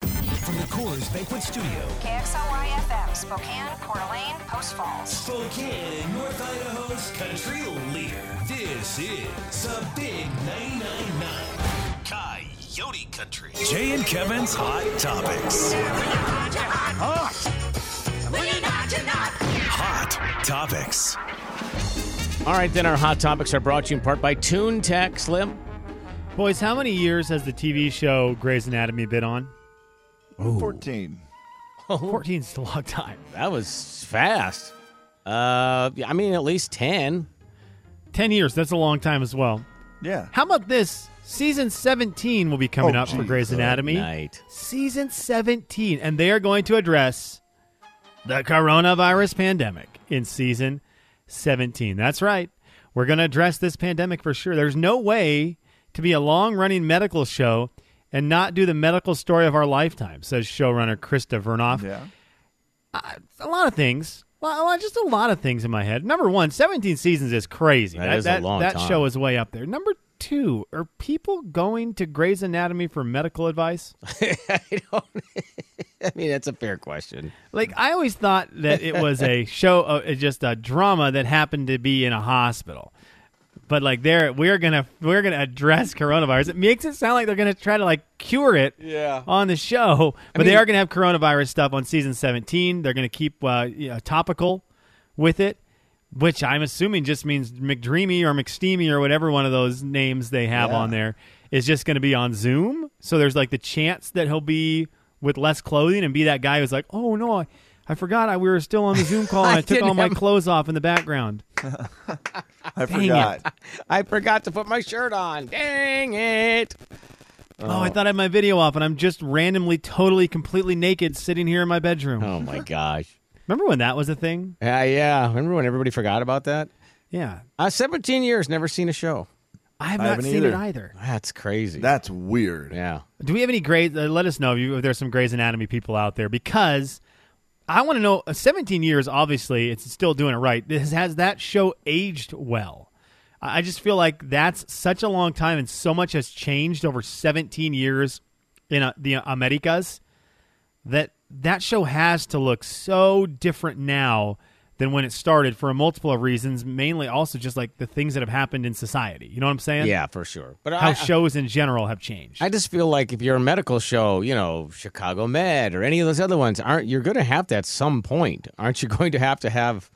from the Coors Banquet Studio. KXLY FM, Spokane, Coeur d'Alene, Post Falls. Spokane, North Idaho's country leader. This is the Big 999 Coyote Country. Jay and Kevin's Hot Topics. Hot Topics. All right, then our hot topics are brought to you in part by TuneTech Slim. Boys, how many years has the TV show Grey's Anatomy been on? 14. 14 is a long time. That was fast. Uh, I mean, at least ten. 10 years, that's a long time as well. Yeah. How about this? Season 17 will be coming Oh, up for geez. Grey's Anatomy. Night. Season 17, and they are going to address the coronavirus pandemic in season 17. That's right. We're going to address this pandemic for sure. There's no way to be a long running medical show and not do the medical story of our lifetime, says showrunner Krista Vernoff. Yeah. a lot of things. A lot- a lot- just a lot of things in my head. Number one, 17 seasons is crazy. That is a long that time. show is way up there. Number two, are people going to Grey's Anatomy for medical advice? I don't. I mean, that's a fair question. Like, I always thought that it was a show, uh, just a drama that happened to be in a hospital. But like there, we're gonna we're gonna address coronavirus. It makes it sound like they're gonna try to like cure it Yeah. on the show. But they mean- are gonna have coronavirus stuff on season seventeen. They're gonna keep uh, yeah, topical with it, which I'm assuming just means McDreamy or McSteamy or whatever one of those names they have Yeah. on there is just going to be on Zoom. So there's like the chance that he'll be with less clothing and be that guy who's like, oh no, I, I forgot I, we were still on the Zoom call and I I, took didn't all my have my- clothes off in the background. I Dang it. forgot. I forgot to put my shirt on. Dang it! Oh, I thought I had my video off and I'm just randomly, totally, completely naked sitting here in my bedroom. Oh my gosh. Remember when that was a thing? Yeah, yeah. Remember when everybody forgot about that? Yeah. Uh, 17 years, never seen a show. I have I not haven't seen it either. either. That's crazy. That's weird. yeah. Do we have any Grey's? Uh, let us know if, you, if there's some Grey's Anatomy people out there because I want to know. Uh, 17 years, obviously, it's still doing it right. This has that show aged well. I I just feel like that's such a long time, and so much has changed over 17 years in uh, the Americas that that show has to look so different now than when it started for a multiple of reasons, mainly also just like the things that have happened in society. You know what I'm saying? Yeah, for sure. But How I, shows in general have changed. I just feel like if you're a medical show, you know, Chicago Med or any of those other ones, aren't you're going to have to at some point? Aren't you going to have to have,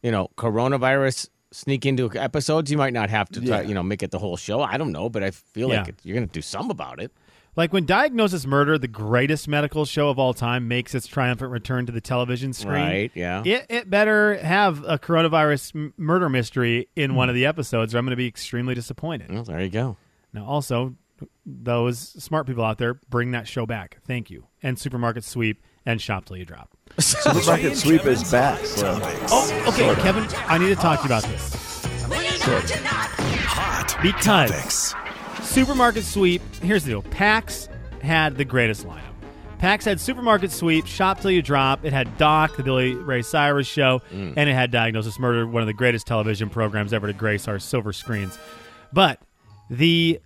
you know, coronavirus sneak into episodes? You might not have to, try, Yeah. you know, make it the whole show. I don't know, but I feel like Yeah. it- you're going to do some about it. Like when Diagnosis Murder, the greatest medical show of all time, makes its triumphant return to the television screen. Right, yeah. It, it better have a coronavirus m- murder mystery in Hmm. one of the episodes, or I'm going to be extremely disappointed. Well, there you go. Now, also, those smart people out there, bring that show back. Thank you. And Supermarket Sweep and Shop Till You Drop. Looks like it sweep is back. So. Oh, okay, Kevin, I need to talk to you about this Hot because. Topics. Supermarket Sweep. Here's the deal. PAX had the greatest lineup. PAX had Supermarket Sweep, Shop Till You Drop. It had Doc, the Billy Ray Cyrus show, Mm. and it had Diagnosis Murder, one of the greatest television programs ever to grace our silver screens. But the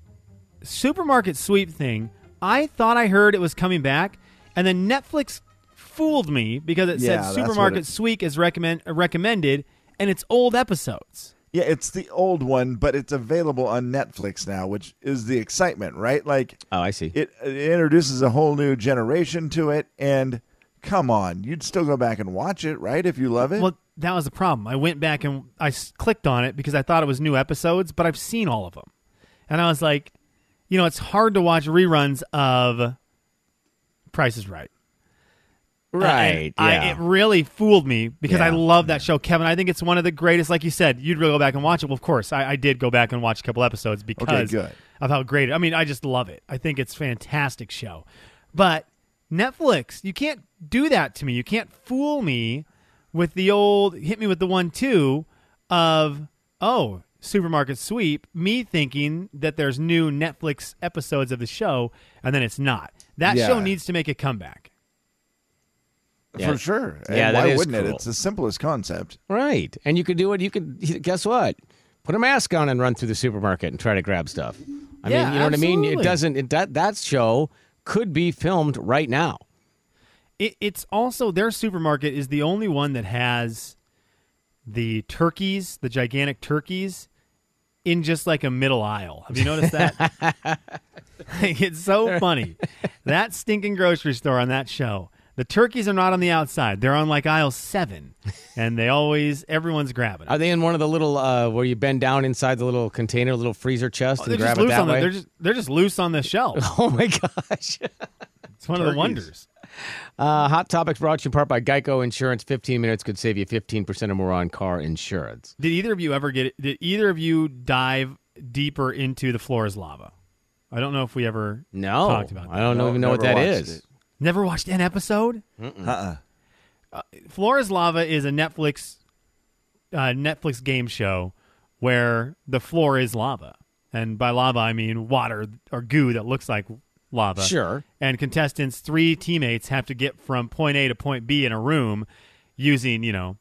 Supermarket Sweep thing, I thought I heard it was coming back, and then Netflix fooled me because it Yeah, said that's what Supermarket it- Sweep is recommend recommended, and it's old episodes. Yeah, it's the old one, but it's available on Netflix now, which is the excitement, right? Like Oh, I see. it, it introduces a whole new generation to it and come on, you'd still go back and watch it, right? If you love it. Well, that was the problem. I went back and I s- clicked on it because I thought it was new episodes, but I've seen all of them. And I was like, you know, it's hard to watch reruns of Price is Right. right. I, Uh, and I- yeah. it really fooled me because I Yeah. love that show, Kevin. I think it's one of the greatest. Like you said, you'd really go back and watch it. Well, of course, I, I did go back and watch a couple episodes because good. of how great. It, I mean, I just love it. I think it's a fantastic show. But Netflix, you can't do that to me. You can't fool me with the old hit me with the one two of oh supermarket sweep. Me thinking that there's new Netflix episodes of the show, and then it's not. That Yeah. show needs to make a comeback. Yeah. For sure. And Yeah, that why is wouldn't it? cool. It's the simplest concept. Right. And you could do it. You could, guess what? Put a mask on and run through the supermarket and try to grab stuff. I Yeah, mean, you know what I mean? absolutely. It doesn't, it, that, that show could be filmed right now. It, it's also their supermarket is the only one that has the turkeys, the gigantic turkeys, in just like a middle aisle. Have you noticed that? Like, it's so funny. That stinking grocery store on that show. The turkeys are not on the outside; they're on like aisle seven, and they always everyone's grabbing. 'em. Are they in one of the little uh, where you bend down inside the little container, little freezer chest, Oh, and they're grab just it loose that on the, way? they're just they're just loose on the shelf. oh my gosh! It's one of the wonders. Uh, Hot topics brought to you in part by Geico Insurance. Fifteen minutes could save you fifteen percent or more on car insurance. Did either of you ever get? Did either of you dive deeper into the floor is lava? I don't know if we ever No, talked about that. I don't No, even know what never that watched is. it. Never watched an episode. Uh-uh. Floor is Lava is a Netflix uh, Netflix game show where the floor is lava, and by lava I mean water or goo that looks like lava. Sure. And contestants, three teammates, have to get from point A to point B in a room using you know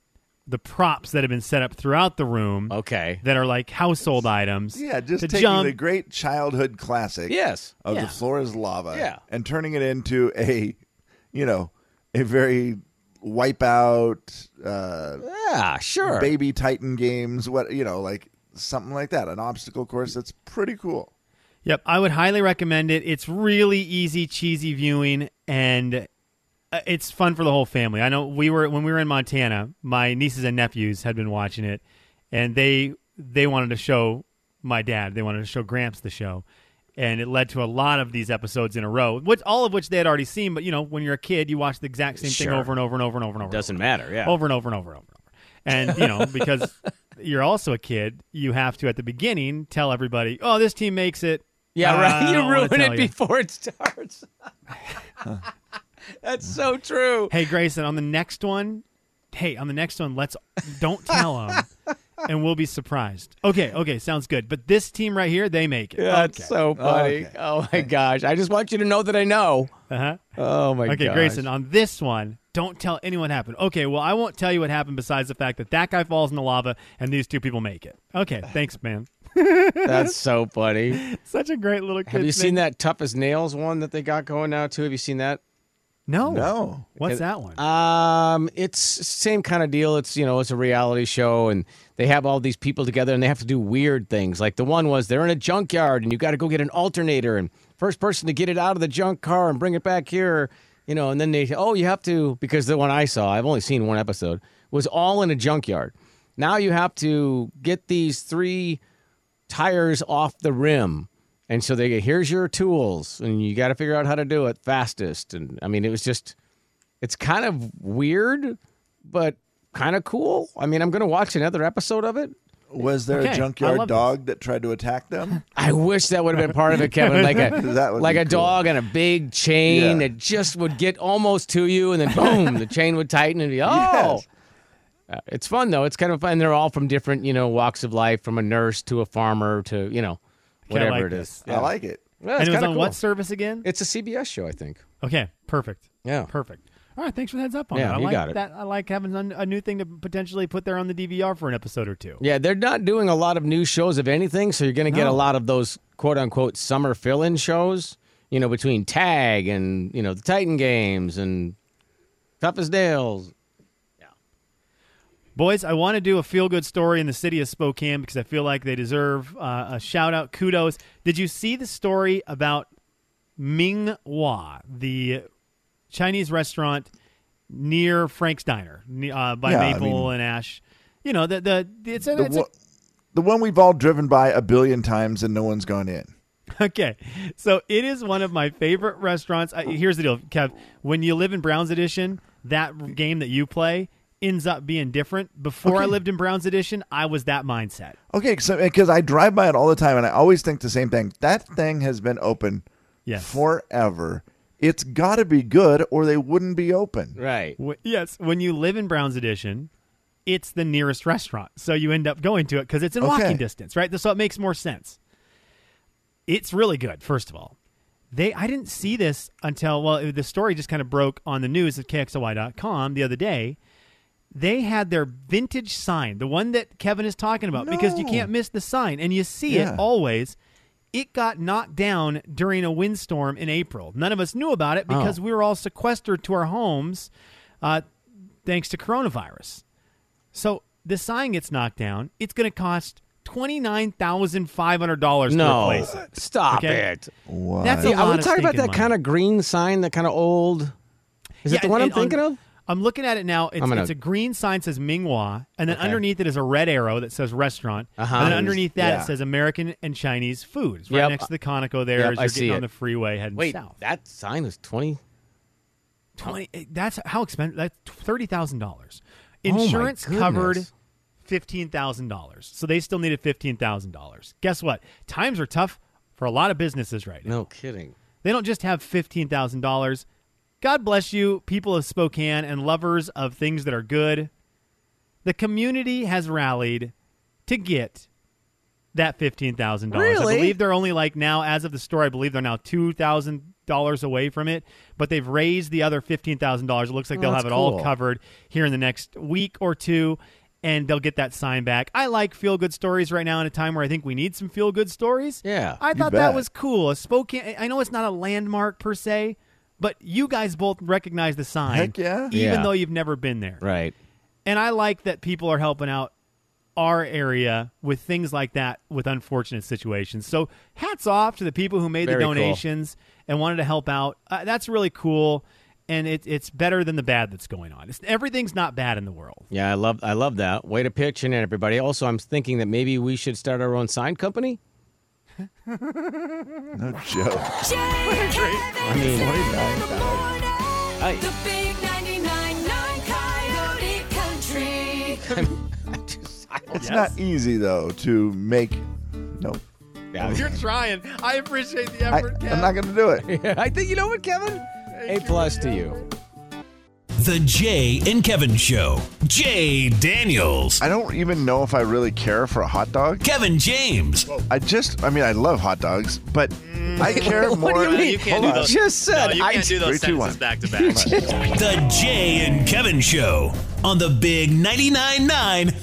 the props that have been set up throughout the room. Okay. That are like household items. Yeah, just to taking jump. the great childhood classic Yes. of Yeah. the floor is lava Yeah. and turning it into a, you know, a very wipeout uh, Yeah. Ah, Sure. baby Titan games, what you know, like something like that, an obstacle course that's pretty cool. Yep, I would highly recommend it. It's really easy, cheesy viewing, and uh, it's fun for the whole family. I know we were when we were in Montana. My nieces and nephews had been watching it, and they they wanted to show my dad. They wanted to show Gramps the show, and it led to a lot of these episodes in a row, which all of which they had already seen. But you know, when you're a kid, you watch the exact same Sure. thing over and over and over and over and over. Doesn't matter. Yeah. over and over and over and over and over. And you know, because you're also a kid, you have to at the beginning tell everybody, "Oh, this team makes it." Yeah, Uh, I right. You don't wanna ruin it tell you. before it starts. That's so true. Hey, Grayson, on the next one, hey, on the next one, let's don't tell them, and we'll be surprised. Okay, okay, sounds good. But this team right here, they make it. That's okay. so funny. Okay. Oh my gosh. I just want you to know that I know. Uh-huh. Oh my Okay, gosh. Grayson, on this one, don't tell anyone what happened. Okay, well, I won't tell you what happened besides the fact that that guy falls in the lava and these two people make it. Okay, thanks, man. That's so funny. Such a great little. Have you seen that tough as nails one that they got going now too? Have you seen that? No. No. What's that one? Um, it's same kind of deal. It's you know, it's a reality show, and they have all these people together, and they have to do weird things. Like the one was they're in a junkyard, and you got to go get an alternator, and first person to get it out of the junk car and bring it back here, you know, and then they oh you have to because the one I saw, I've only seen one episode, was all in a junkyard. Now you have to get these three tires off the rim. And so they go, here's your tools, and you got to figure out how to do it fastest. And I mean, it was just, it's kind of weird, but kind of cool. I mean, I'm going to watch another episode of it. Was there Okay, I a love junkyard this. dog that tried to attack them? I wish that would have been part of it, Kevin. Like That a would like be a cool. dog on a big chain Yeah. that just would get almost to you, and then boom, the chain would tighten and be oh. Yes. Uh, It's fun though. It's kind of fun. They're all from different, you know, walks of life, from a nurse to a farmer to you know, Okay, I whatever like it is. this. I like it. Yeah, and it's it was kinda on cool. what service again? It's a CBS show, I think. Okay, perfect. Yeah. Perfect. All right, thanks for the heads up on Oh. Yeah, that. I you like got it. that. I like having a a new thing to potentially put there on the DVR for an episode or two. Yeah, they're not doing a lot of new shows of anything, so you're going to get No. a lot of those quote unquote summer fill in shows, you know, between Tag and, you know, the Titan Games and Tough as Nails. Boys, I want to do a feel good story in the city of Spokane because I feel like they deserve uh, a shout out. Kudos. Did you see the story about Ming Hua, the Chinese restaurant near Frank's Diner ne- uh, by Yeah, I Maple mean- and Ash? You know, the, the, it's, a, The, it's a wo- the one we've all driven by a billion times and no one's gone in. Okay, so it is one of my favorite restaurants. I, here's the deal, Kev. When you live in Browns Edition, that game that you play ends up being different. Before I lived in Browns Edition, I was that mindset. Okay, because I drive by it all the time and I always think the same thing. That thing has been open Yes. forever. It's got to be good or they wouldn't be open. Right. Wh- yes, when you live in Browns Edition, it's the nearest restaurant, so you end up going to it because it's in walking Okay. distance, right? So it makes more sense. It's really good, first of all. They, I didn't see this until well, it- the story just kind of broke on the news at KXLY.com the other day. They had their vintage sign, the one that Kevin is talking about, because you No. can't miss the sign, and you see Yeah. it always. it got knocked down during a windstorm in April. None of us knew about it because Oh. we were all sequestered to our homes uh, thanks to coronavirus. So the sign gets knocked down. It's going to cost $29,500 to No, replace it. stop Okay. it. What? That's a Yeah, lot are we of talking about stinking that money. kind of green sign, that kind of old? Is it the Yeah, one I'm and on- thinking of? I'm looking at it now. It's, I'm gonna- it's a green sign says Minghua, and then Okay. underneath it is a red arrow that says restaurant, Uh-huh. and then underneath that Yeah. it says American and Chinese food. It's right Yep. next to the Conoco there Yep, as I you're see getting it. on the freeway heading Wait, south. that sign was 20. Twenty. eh, That's how expensive. That's thirty thousand dollars. Oh my Insurance goodness. covered fifteen thousand dollars, so they still needed fifteen thousand dollars. Guess what? Times are tough for a lot of businesses right now. No kidding. They don't just have fifteen thousand dollars. God bless you, people of Spokane and lovers of things that are good. The community has rallied to get that fifteen thousand dollars. Really? I believe they're only like now, as of the story, I believe they're now two thousand dollars away from it. But they've raised the other fifteen thousand dollars. It looks like Oh, they'll that's have it all cool. covered here in the next week or two. And they'll get that sign back. I like feel good stories right now in a time where I think we need some feel good stories. Yeah. I You thought that bet. was cool. A Spokane. I know it's not a landmark per se, but you guys both recognize the sign. Heck yeah. Even Yeah. though you've never been there, Right. and I like that people are helping out our area with things like that with unfortunate situations. So hats off to the people who made Very the cool. donations and wanted to help out. Uh, that's really cool, and it, it's better than the bad that's going on. It's, everything's not bad in the world. Yeah, I love I love that. Way to pitch in, everybody. Also, I'm thinking that maybe we should start our own sign company. No joke. Jay, I mean, I- the big 99.9 Coyote Country. I just, I It's not easy though to make. No, yeah. trying. I appreciate the I, I'm not going to do it. I think you know what, Kevin? A plus to you. The Jay and Kevin Show. Jay Daniels. I don't even know if I really care for a hot dog. Kevin James. Oh. I just, I mean, I love hot dogs, but I care more. Mm. What do you mean? you can't Hold do on. those. Just said. No, you I- can't do Three, those two, one. sentences back to back. The Jay and Kevin Show on the Big 99.9 9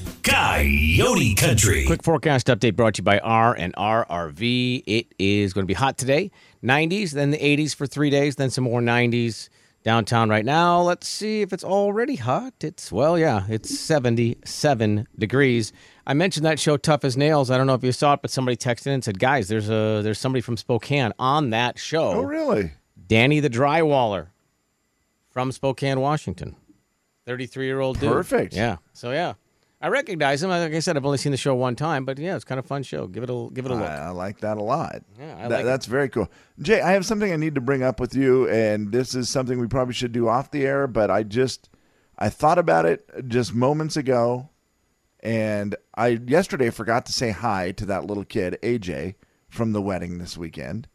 Coyote Country. Quick forecast update brought to you by R and RRV. It is going to be hot today. 90s, then the 80s for three days, then some more 90s downtown right now. Let's see if it's already hot. It's, well, yeah, it's 77 degrees. I mentioned that show Tough as Nails. I don't know if you saw it, but somebody texted in and said, guys, there's a there's somebody from Spokane on that show. Oh, really? Danny the Drywaller from Spokane, Washington. 33 year old dude. Perfect. Yeah. So, yeah. I recognize him. Like I said, I've only seen the show one time, but yeah, it's kind of a fun show. Give it a give it a I, look. I like that a lot. Yeah, I That- like it. that's very cool. Jay, I have something I need to bring up with you, and this is something we probably should do off the air, but I just, I thought about it just moments ago, and I yesterday forgot to say hi to that little kid, AJ, from the wedding this weekend,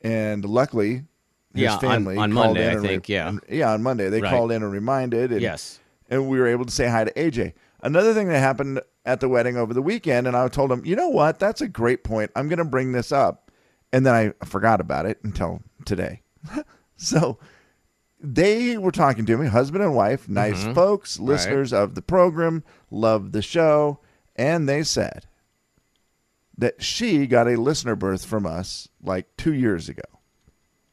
and luckily. His Yeah, on- family on called Monday, in I and re- think, yeah. and- yeah, on Monday they Right. called in and reminded, and yes. and we were able to say hi to AJ. Another thing that happened at the wedding over the weekend, and I told him, you know what, that's a great point. I'm going to bring this up. And then I forgot about it until today. so they were talking to me, husband and wife, nice folks, listeners of the program, love the show. And they said that she got a listener berth from us like two years ago.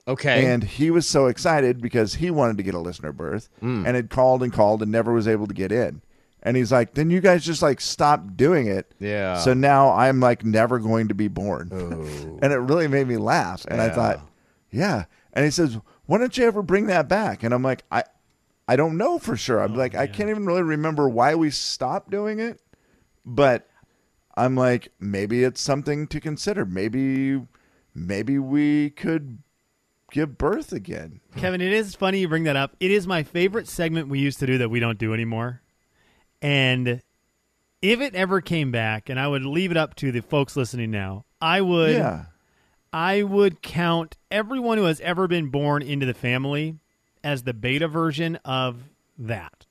Okay. And he was so excited because he wanted to get a listener berth Hmm. and had called and called and never was able to get in. And he's like, then you guys just like stop doing it. Yeah. So now I'm like never going to be born. and it really made me laugh. And I thought, yeah. And he says, why don't you ever bring that back? And I'm like, I, I don't know for sure. I'm like, I can't even really remember why we stopped doing it. But I'm like, maybe it's something to consider. Maybe, maybe we could give birth again. Kevin, it is funny you bring that up. It is my favorite segment we used to do that we don't do anymore. And if it ever came back, and I would leave it up to the folks listening now, I would yeah. I would count everyone who has ever been born into the family as the beta version of that.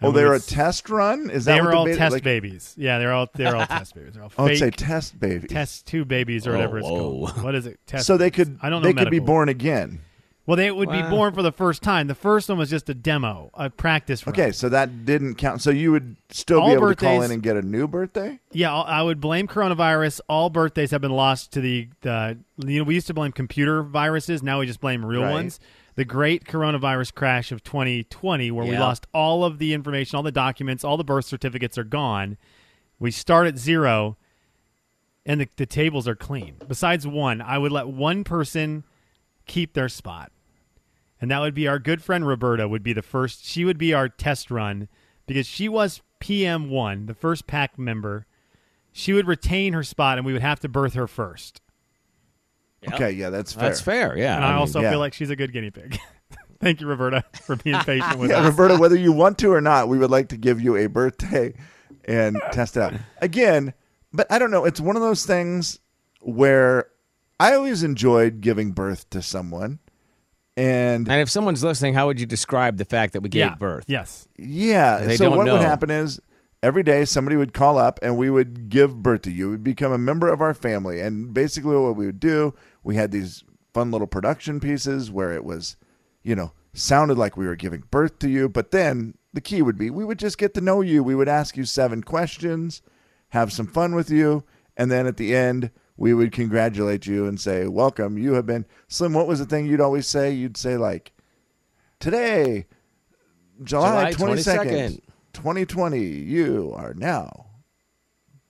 I Oh, mean, they're a it's- test run. Is that They what were the all beta- test like- babies. Yeah, they're all they're all test babies. They're all Oh, fake it's a test baby. test two babies or Oh, whatever it's whoa. called. What is it? Test so they babies. could I don't know they could be medical. born again. Well, they would be Wow. born for the first time. The first one was just a demo, a practice run. Okay, so that didn't count. So you would still All be able to call birthdays- in and get a new birthday? Yeah, I I would blame coronavirus. All birthdays have been lost to the, the you know, we used to blame computer viruses. Now we just blame real Right. ones. The great coronavirus crash of 2020, where we Yeah. lost all of the information, all the documents, all the birth certificates are gone. We start at zero, and the, the tables are clean. Besides one, I would let one person keep their spot. And that would be our good friend Roberta would be the first. She would be our test run because she was PM1, the first pack member. She would retain her spot and we would have to birth her first. Yep. Okay, yeah, that's fair. That's fair. Yeah. And I, mean, also yeah. feel like she's a good guinea pig. Thank you, Roberta, for being patient with Yeah, us. Roberta, whether you want to or not, we would like to give you a birthday and test it out. Again, but I don't know. It's one of those things where I always enjoyed giving birth to someone. And And if someone's listening, how would you describe the fact that we gave yeah. birth? Yes. Yeah. They so don't what know. would happen is every day somebody would call up and we would give birth to you. We'd become a member of our family. And basically what we would do, we had these fun little production pieces where it was, you know, sounded like we were giving birth to you, but then the key would be we would just get to know you. We would ask you seven questions, have some fun with you, and then at the end we would congratulate you and say, "Welcome, you have been Slim." What was the thing you'd always say? You'd say like, "Today, July July twenty second, twenty twenty, you are now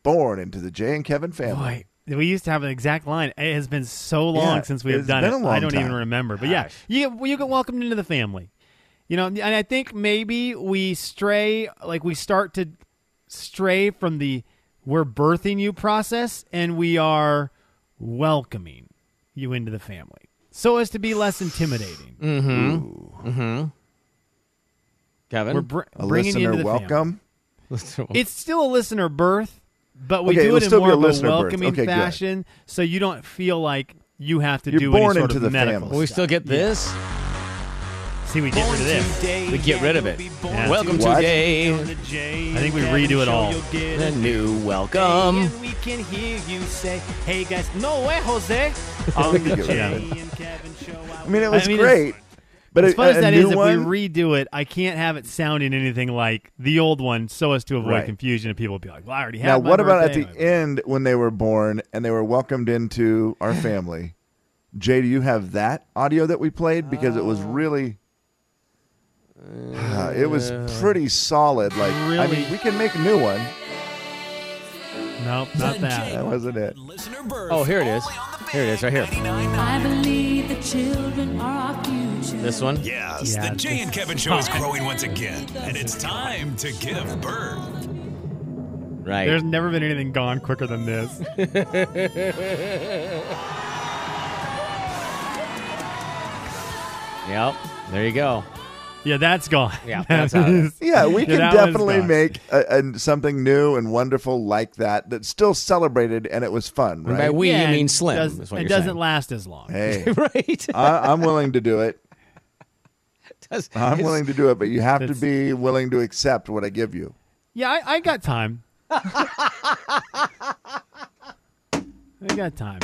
born into the Jay and Kevin family." Boy, we used to have an exact line. It has been so long Yeah, since we have it's done been it. a long I don't even time. remember. But yeah, Gosh. you you get welcomed into the family. You know, and I think maybe we stray, like we start to stray from the we're birthing you process, and we are welcoming you into the family, so as to be less intimidating. Kevin? We're br- A bringing you listener, into the family. welcome. It's still a listener birth, but we Okay, do it'll it in still more be a of a listener birth. welcoming Okay, good. fashion, so you don't feel like you have to You're do born any sort into of the medical. Will we stuff. still get this? See, we get rid of this. We get rid of it. Yeah. Welcome What? today. I think we redo it all. Um, The new welcome. we can hear you say, "Hey guys, no way, Jose." On could the get Jay rid of it. and Kevin show, I mean, it was I mean, it's- great, but As a- fun as a that new is, if one, we redo it, I can't have it sounding anything like the old one, so as to avoid Right. confusion. And people will be like, "Well, I already had." Now, my what about at birthday." the end when they were born and they were welcomed into our family? Jay, do you have that audio that we played because it was Uh, really, it was pretty solid. Like, I uh, Really? mean, we can make a new one. Nope, not that. That wasn't it. Listener birth. Oh, here it is. only on the Here it is, right here. Big 99.9. I believe the children are our future. This one? Yes, Yeah, the Jay this and is Kevin show is fun. growing once again, and it's time to give birth. Right. There's never been anything gone quicker than this. Yep. There you go. Yeah, that's gone. Yeah, that's out of there. Yeah, we can that one's definitely gone. make a, a, something new and wonderful like that that's still celebrated and it was fun, And by right? we, Yeah, you mean and slim. does- is what it you're doesn't saying. last as long. Hey, right. I, I'm willing to do it. Does- I'm it's- willing to do it, but you have to That's- be willing to accept what I give you. Yeah, I, I got time. I got time.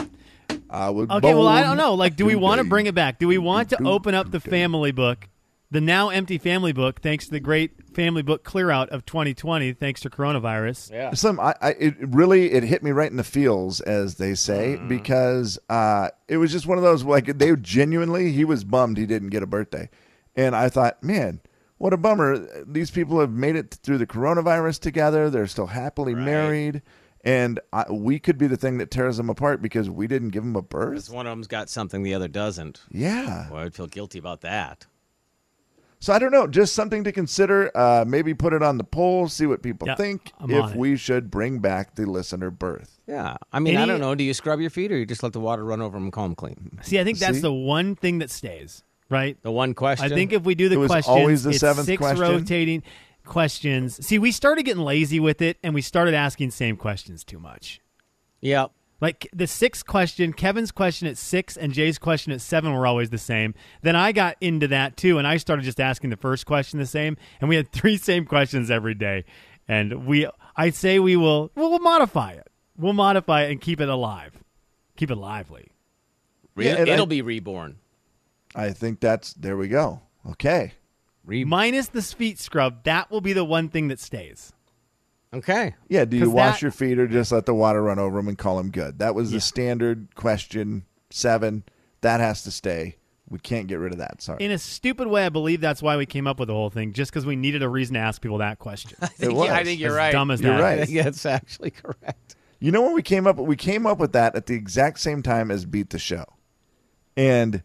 I would. Okay, well, I don't bone know. Like, do we want to today. bring it back? Do we want to open up the family book, the now empty family book, thanks to the great family book clear out of 2020, thanks to coronavirus? Yeah. Some, I, I, it really, it hit me right in the feels, as they say, Mm-hmm. because uh, it was just one of those like they genuinely, he was bummed he didn't get a birthday, and I thought, man, what a bummer. These people have made it through the coronavirus together. They're still happily married, and I, we could be the thing that tears them apart because we didn't give them a birth. One of them's got something the other doesn't. Yeah. Well, I would feel guilty about that. So I don't know, just something to consider. Uh, maybe put it on the poll, see what people Yeah, think. I'm on if it. we should bring back the listener birth. Yeah. I mean, I Any- don't know. Do you scrub your feet or you just let the water run over them and comb clean? See, I think that's See? the one thing that stays, right? The one question. I think if we do the It was questions, always the it's seventh six question? rotating questions. See, we started getting lazy with it, and we started asking same questions too much. Yeah. Like the sixth question, Kevin's question at six and Jay's question at seven were always the same. Then I got into that too, and I started just asking the first question the same, and we had three same questions every day. And we, I'd say we will, well, we'll modify it. We'll modify it and keep it alive, keep it lively. Re- Yeah, and it'll I- be reborn. I think that's there we go. Okay. Re- Minus the feet scrub, that will be the one thing that stays. okay. Yeah, do you 'Cause wash that- your feet or just let the water run over them and call them good? That was the standard question 7. That has to stay. We can't get rid of that. Sorry. In a stupid way, I believe that's why we came up with the whole thing, just because we needed a reason to ask people that question. It was. Yeah, I think you're as right. Dumb as You're that right. I think that's actually correct. You know when we came up we came up with that at the exact same time as Beat the Show. And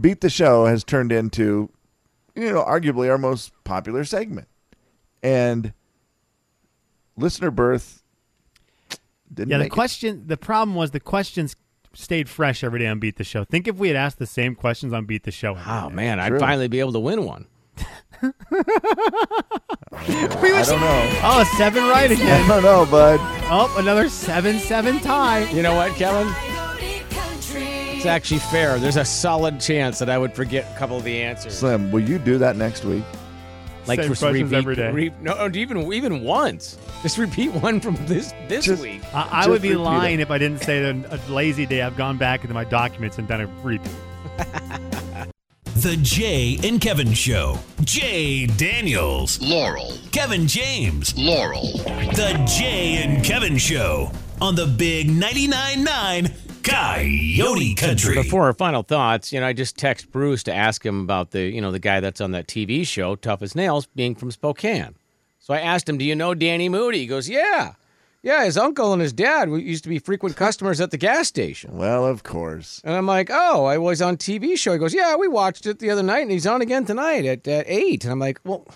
Beat the Show has turned into you know arguably our most popular segment. And listener birth didn't Yeah, the make it. question, the problem was the questions stayed fresh every day on Beat the Show. Think if we had asked the same questions on Beat the Show. every Oh day. man, I'd true. finally be able to win one. I don't know. Oh, seven right I again. don't know, bud. oh, another seven-seven tie. You know what, Kevin? Coyote Country. It's actually fair. There's a solid chance that I would forget a couple of the answers. Slim, will you do that next week? like Same just questions repeat, every day. re- no, even even once. Just repeat one from this this Just- week. I, I Just would be repeat it. lying if I didn't say that a lazy day. I've gone back into my documents and done a redo. The Jay and Kevin Show. Jay Daniels. Laurel, Kevin James. Laurel. The Jay and Kevin Show on the Big 99.9 9 Coyote Country. Before our final thoughts, you know, I just text Bruce to ask him about the, you know, the guy that's on that TV show, Tough as Nails, being from Spokane. So I asked him, "Do you know Danny Moody?" He goes, "Yeah, yeah. His uncle and his dad we- used to be frequent customers at the gas station." Well, of course. And I'm like, "Oh, I was on TV show." He goes, "Yeah, we watched it the other night, and he's on again tonight at at eight. And I'm like, "Well,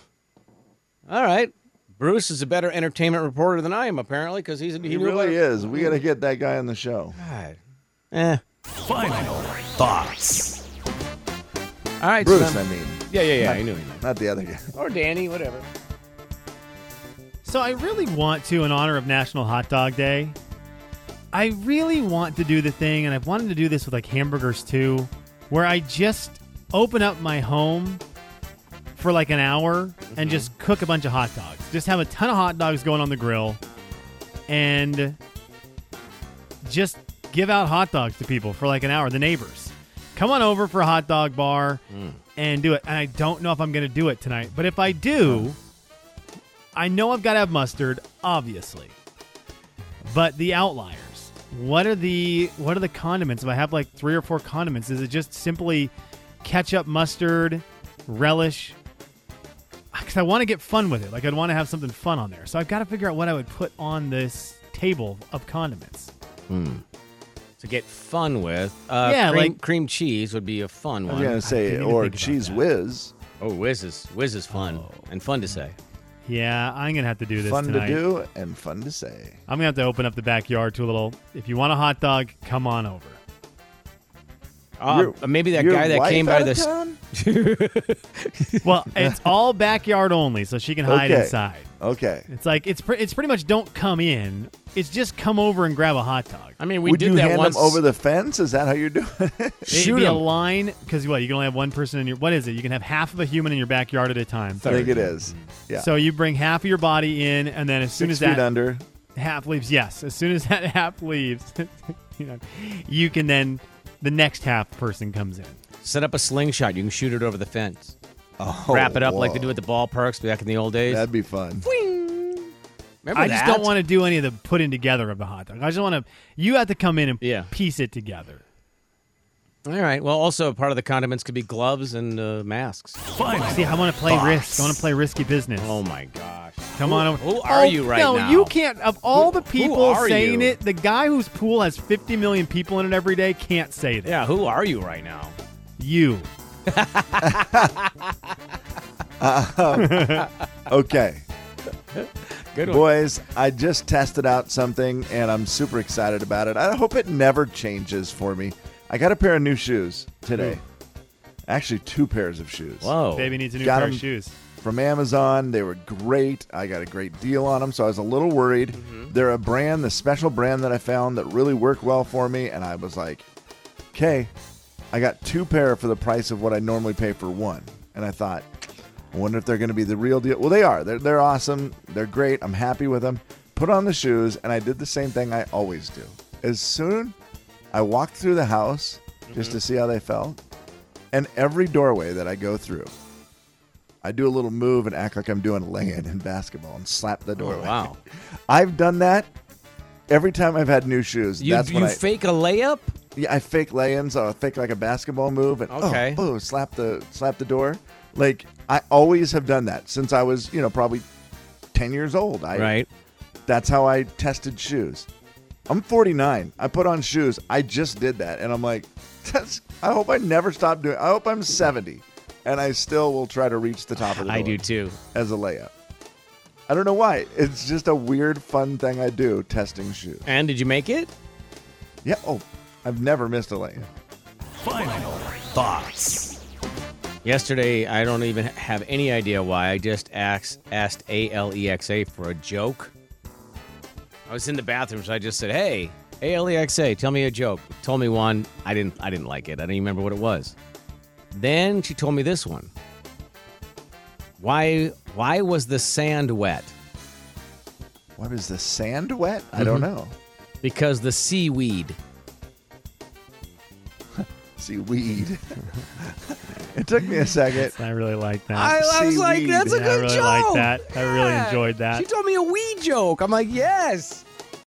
all right." Bruce is a better entertainment reporter than I am, apparently, because he's He really is. We got to get that guy on the show. God. Eh. final thoughts. All right, Bruce, I Slim. mean, Yeah, yeah, yeah. I knew he meant. not the other guy. Or Danny, whatever. So I really want to, in honor of National Hot Dog Day, I really want to do the thing, and I've wanted to do this with like hamburgers too, where I just open up my home for like an hour and just cook a bunch of hot dogs. Just have a ton of hot dogs going on the grill and just give out hot dogs to people for like an hour, the neighbors. Come on over for a hot dog bar and do it. And I don't know if I'm going to do it tonight, but if I do, I know I've got to have mustard, obviously. But the outliers. What are the what are the condiments? If I have like three or four condiments, is it just simply ketchup, mustard, relish? Because I want to get fun with it. Like I'd want to have something fun on there. So I've got to figure out what I would put on this table of condiments. to get fun with. Uh, Yeah, cream, like- cream cheese would be a fun I one. was going to didn't say, even or think about Cheese that. Whiz. Oh, whiz is whiz is fun Oh. and fun to say. Yeah, I'm gonna have to do this Fun tonight. to do and fun to say. I'm gonna have to open up the backyard to a little. If you want a hot dog, come on over. Uh, Your- maybe that your guy that wife came by out of the s- town? Well, it's all backyard only, so she can hide Okay. inside. Okay. It's like it's pre- it's pretty much don't come in. It's just come over and grab a hot dog. I mean, we Would did you that hand once. them over the fence? Is that how you're doing? it? It'd shoot be a 'em. line because what you can only have one person in your. What is it? You can have half of a human in your backyard at a time. I think it is. Yeah. So you bring half of your body in, and then as soon Six as feet that under. half leaves, yes, as soon as that half leaves, you, know, you can then the next half person comes in. Set up a slingshot. You can shoot it over the fence. Oh, Wrap it up like they whoa. do at the ballparks back in the old days. That'd be fun. Remember I that? just don't want to do any of the putting together of the hot dog. I just want to. You have to come in and Yeah. piece it together. All right. Well, also part of the condiments could be gloves and uh, masks. Final See, I want to play thoughts. risk. I want to play risky business. Oh my gosh. Come Who- on over. Who are Oh, you right no, now? you can't. Of all the people are saying you? it, the guy whose pool has 50 million people in it every day can't say that. Yeah. Who are you right now? You. Okay. Good one. Boys, I just tested out something and I'm super excited about it. I hope it never changes for me. I got a pair of new shoes today. Actually, two pairs of shoes. Whoa. Baby needs a new Got pair him. of shoes. from Amazon. They were great. I got a great deal on them, so I was a little worried. They're a brand, the special brand that I found that really worked well for me, and I was like, okay, I got two pair for the price of what I normally pay for one. And I thought, I wonder if they're going to be the real deal. Well, they are. They're, they're awesome. They're great. I'm happy with them. Put on the shoes, and I did the same thing I always Mm-hmm. do. As soon I walked through the house just to see how they felt, And every doorway that I go through, I do a little move and act like I'm doing a lay in in basketball and slap the doorway. Oh, wow. I've done that every time I've had new shoes. You, That's you when I, fake a layup? yeah, I fake lay-ins. I fake like a basketball move, and Okay. oh, oh, slap the slap the door. Like I always have done that since I was, you know, probably ten years old. I, Right. That's how I tested shoes. I'm 49. I put on shoes. I just did that, and I'm like, that's. I hope I never stop doing. I hope I'm 70, and I still will try to reach the top of the. I door do too. as a layup. I don't know why. It's just a weird, fun thing I do testing shoes. And did you make it? Yeah. Oh, I've never missed a layup. Final thoughts. Yesterday, I don't even have any idea why. I just asked, asked ALEXA for a joke. I was in the bathroom, so I just said, "Hey, ALEXA, tell me a joke." Told me one. I didn't. I didn't like it. I didn't even remember what it was. Then she told me this one. Why? Why was the sand wet? Why was the sand wet? I don't know. Because the seaweed. See weed. it took me a second. I really like that. I was like, Seaweed. that's Yeah, I really like that. I really enjoyed that. She told me a weed joke. I'm like, yes.